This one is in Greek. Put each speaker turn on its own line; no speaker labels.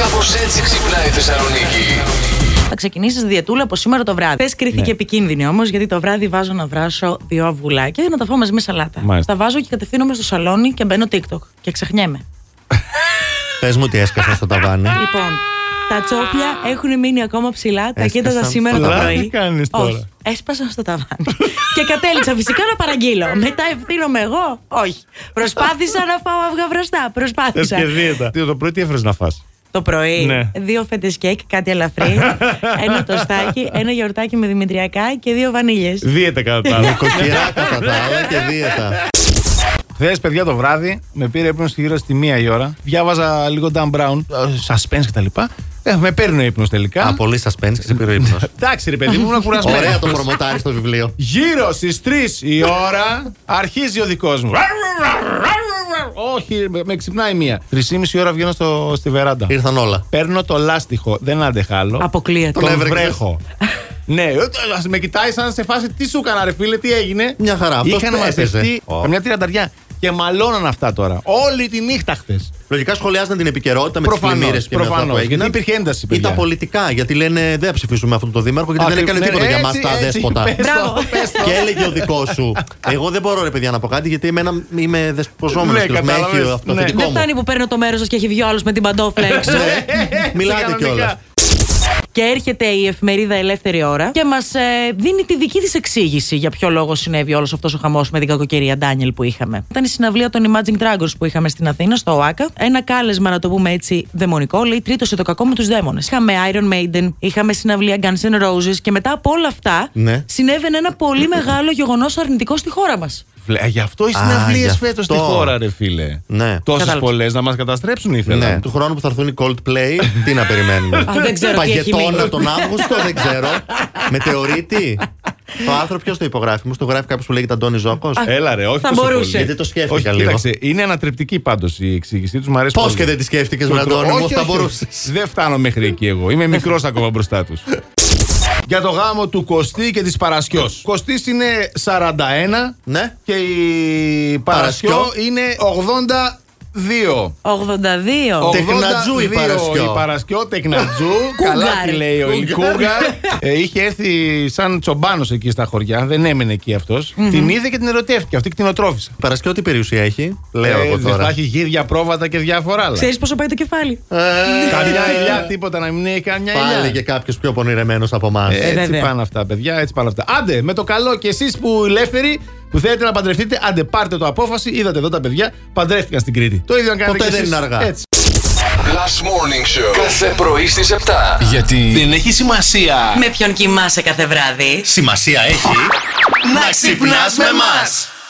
Κάπως έτσι ξυπνάει η Θεσσαλονίκη.
Θα ξεκινήσεις διετούλα από σήμερα το βράδυ. Χθε κρίθηκε
Ναι.
επικίνδυνη όμως, γιατί το βράδυ βάζω να βράσω δύο αυγουλάκια για να τα φάω μαζί με σαλάτα.
Μάλιστα.
Τα βάζω και κατευθύνομαι στο σαλόνι και μπαίνω TikTok. Και ξεχνιέμαι.
Πες μου τι έσκασα στο ταβάνι.
Λοιπόν, τα τσόπια έχουν μείνει ακόμα ψηλά. Τα
Έσκασαν
κοίταζα σήμερα το
ψηλά.
πρωί.
Τι κάνεις τώρα?
Όχι, έσπασαν στο ταβάνι. και κατέληξα φυσικά να παραγγείλω. Μετά ευθύνομαι εγώ. Όχι. Προσπάθησα να φάω αυγά βραστά. Προσπάθησα.
και δίαιτα. Τι, Το πρωί τι έφερες να φας
Το πρωί.
Ναι.
Δύο φέτες κέικ, κάτι ελαφρύ. ένα τοστάκι, ένα γιορτάκι με δημητριακά και δύο βανίλιες.
Δίαιτα κατά τα άλλα.
Κοκκυρά κατά τα άλλα και δίαιτα.
Χθε, παιδιά, το βράδυ με πήρε ύπνος γύρω στη μία η ώρα. Διάβαζα λίγο Dan Brown, suspense κτλ. Ε, με παίρνει ο ύπνος τελικά.
Α, πολύ σα πέντε και σε πήρε ύπνος.
Εντάξει, ρε παιδί μου, ήμουν κουρασμένος.
Ωραία το φορμοτάρι στο βιβλίο.
Γύρω στις 3 η ώρα αρχίζει ο δικός μου. Όχι, με- με ξυπνάει μία. 3,5 ώρα βγαίνω στο, στη βεράντα.
Ήρθαν όλα.
Παίρνω το λάστιχο, δεν άντεχα άλλο.
Αποκλείεται.
Τον
έβρεξες.
βρέχω. ναι, ε, ας με κοιτάει σαν σε φάση τι σου έκανα, ρε φίλε, τι έγινε.
Μια χαρά, αυτός
Είχαν
έπαιζε.
μαζευτεί
Ω.
καμιά τριανταριά. Και μαλώναν αυτά τώρα. Όλη τη νύχτα χθες.
Λογικά σχολιάζαν την επικαιρότητα με τις
Προφανώς,
πλημμύρες και με αυτά που
προφανώς.
έγιναν.
Γιατί υπήρχε ένταση,
Ή τα
παιδιά.
πολιτικά, γιατί λένε δεν θα ψηφίσουμε αυτόν τον δήμαρχο, γιατί
Α,
δεν έκανε
ναι,
τίποτα για μα
έτσι,
τα
έτσι,
αδέσποτα.
πες το,
Μπράβο.
πες το.
Και έλεγε ο δικός σου. Εγώ δεν μπορώ, ρε παιδιά, να πω κάτι, γιατί εμένα είμαι δεσποζόμενος.
Ναι,
Ναι, με
κατάλαβες.
έχει αυτό το
Ναι.
θετικό
Δεν
μου.
φτάνει που παίρνω το μέρος σας και έχει βγει ο άλλος με την παντόφλα έξω.
Ναι, Μιλάτε
κανονικά.
κιόλας.
και έρχεται η εφημερίδα Ελεύθερη Ώρα και μας δίνει τη δική της εξήγηση για ποιο λόγο συνέβη όλος αυτός ο χαμός με την κακοκαιρία Ντάνιελ που είχαμε. Ήταν η συναυλία των Imagine Dragons που είχαμε στην Αθήνα, στο ΟΑΚΑ. Ένα κάλεσμα, να το πούμε έτσι, δαιμονικό, λέει τρίτωσε το κακό με τους δαίμονες. Είχαμε Iron Maiden, είχαμε συναυλία Guns N' Roses και μετά από όλα αυτά
Ναι.
συνέβαινε ένα πολύ μεγάλο γεγονός αρνητικό στη χώρα μας.
Βλέ, Γι' αυτό οι
Α,
συναυλίε
γι'
φέτος στη
αυτό.
χώρα, ρε φίλε.
Ναι.
Τόσες
Κατάλαβα.
πολλές να μας καταστρέψουν ήθελαν.
Ναι, του χρόνου που θα έρθουν οι Coldplay, τι να περιμένουμε.
Α, δεν ξέρω τι έχει
Παγετώνα
μείνει.
τον Αύγουστο, δεν ξέρω. Μετεωρίτη. Το άρθρο ποιος το υπογράφει, μου το γράφει κάποιος που λέγεται Ε, Αντώνη Ζόκο.
Έλα ρε, όχι
Θα
τόσο πολύ.
μπορούσε.
Γιατί το σκέφτηκα
όχι,
λίγο.
Κοίταξε, είναι ανατρεπτική πάντως η εξήγησή τους. Μου αρέσει
Πώς
πολύ.
και δεν τη σκέφτηκες,
Το
Βρε
τρο-
Αντώνη, μου
όχι,
θα
όχι.
μπορούσες.
Δεν φτάνω μέχρι εκεί εγώ. Είμαι μικρός ακόμα μπροστά τους. Για το γάμο του Κωστή και της Παρασιό. Κωστή είναι 41
Ναι.
και η Παρασιό
Παρασιό.
είναι 82.
82.
Τεχνατζού η
82
Παρασκιό.
Η Παρασκιό τεχνατζού.
Κούγκαρ.
Καλά τη λέει ο η
Κούγκαρ.
Κούγκαρ. Ε, είχε έρθει σαν τσομπάνος εκεί στα χωριά. Δεν έμενε εκεί αυτός. Την είδε και την ερωτεύτηκε. Αυτή κτηνοτρόφησε.
Παρασκευή, τι περιουσία έχει, λέω
Ε,
εγώ
δεν
τώρα.
Θα έχει γύρια πρόβατα και διάφορα άλλα.
Ξέρεις πόσο πάει το κεφάλι.
Ε,
Καμιά ελιά, τίποτα να μην έχει καμιά
Ε, ναι.
Πάλι
ελιά.
και κάποιος πιο πονηρεμένος από εμάς.
Ε, Έτσι
βέβαια.
πάνε αυτά, παιδιά, έτσι πάνε αυτά. Άντε, με το καλό και εσείς που ελεύθεροι που θέλετε να παντρευτείτε, άντε πάρτε το απόφαση. Είδατε εδώ τα παιδιά, παντρεύτηκαν στην Κρήτη. Το ίδιο να κάνετε
Ποτέ
και
δεν
εσείς.
είναι αργά.
Έτσι.
Last Morning Show. Κάθε πρωί στις 7.
Γιατί δεν έχει σημασία
Με ποιον κοιμάσαι κάθε βράδυ.
Σημασία έχει
να ξυπνάς με μας.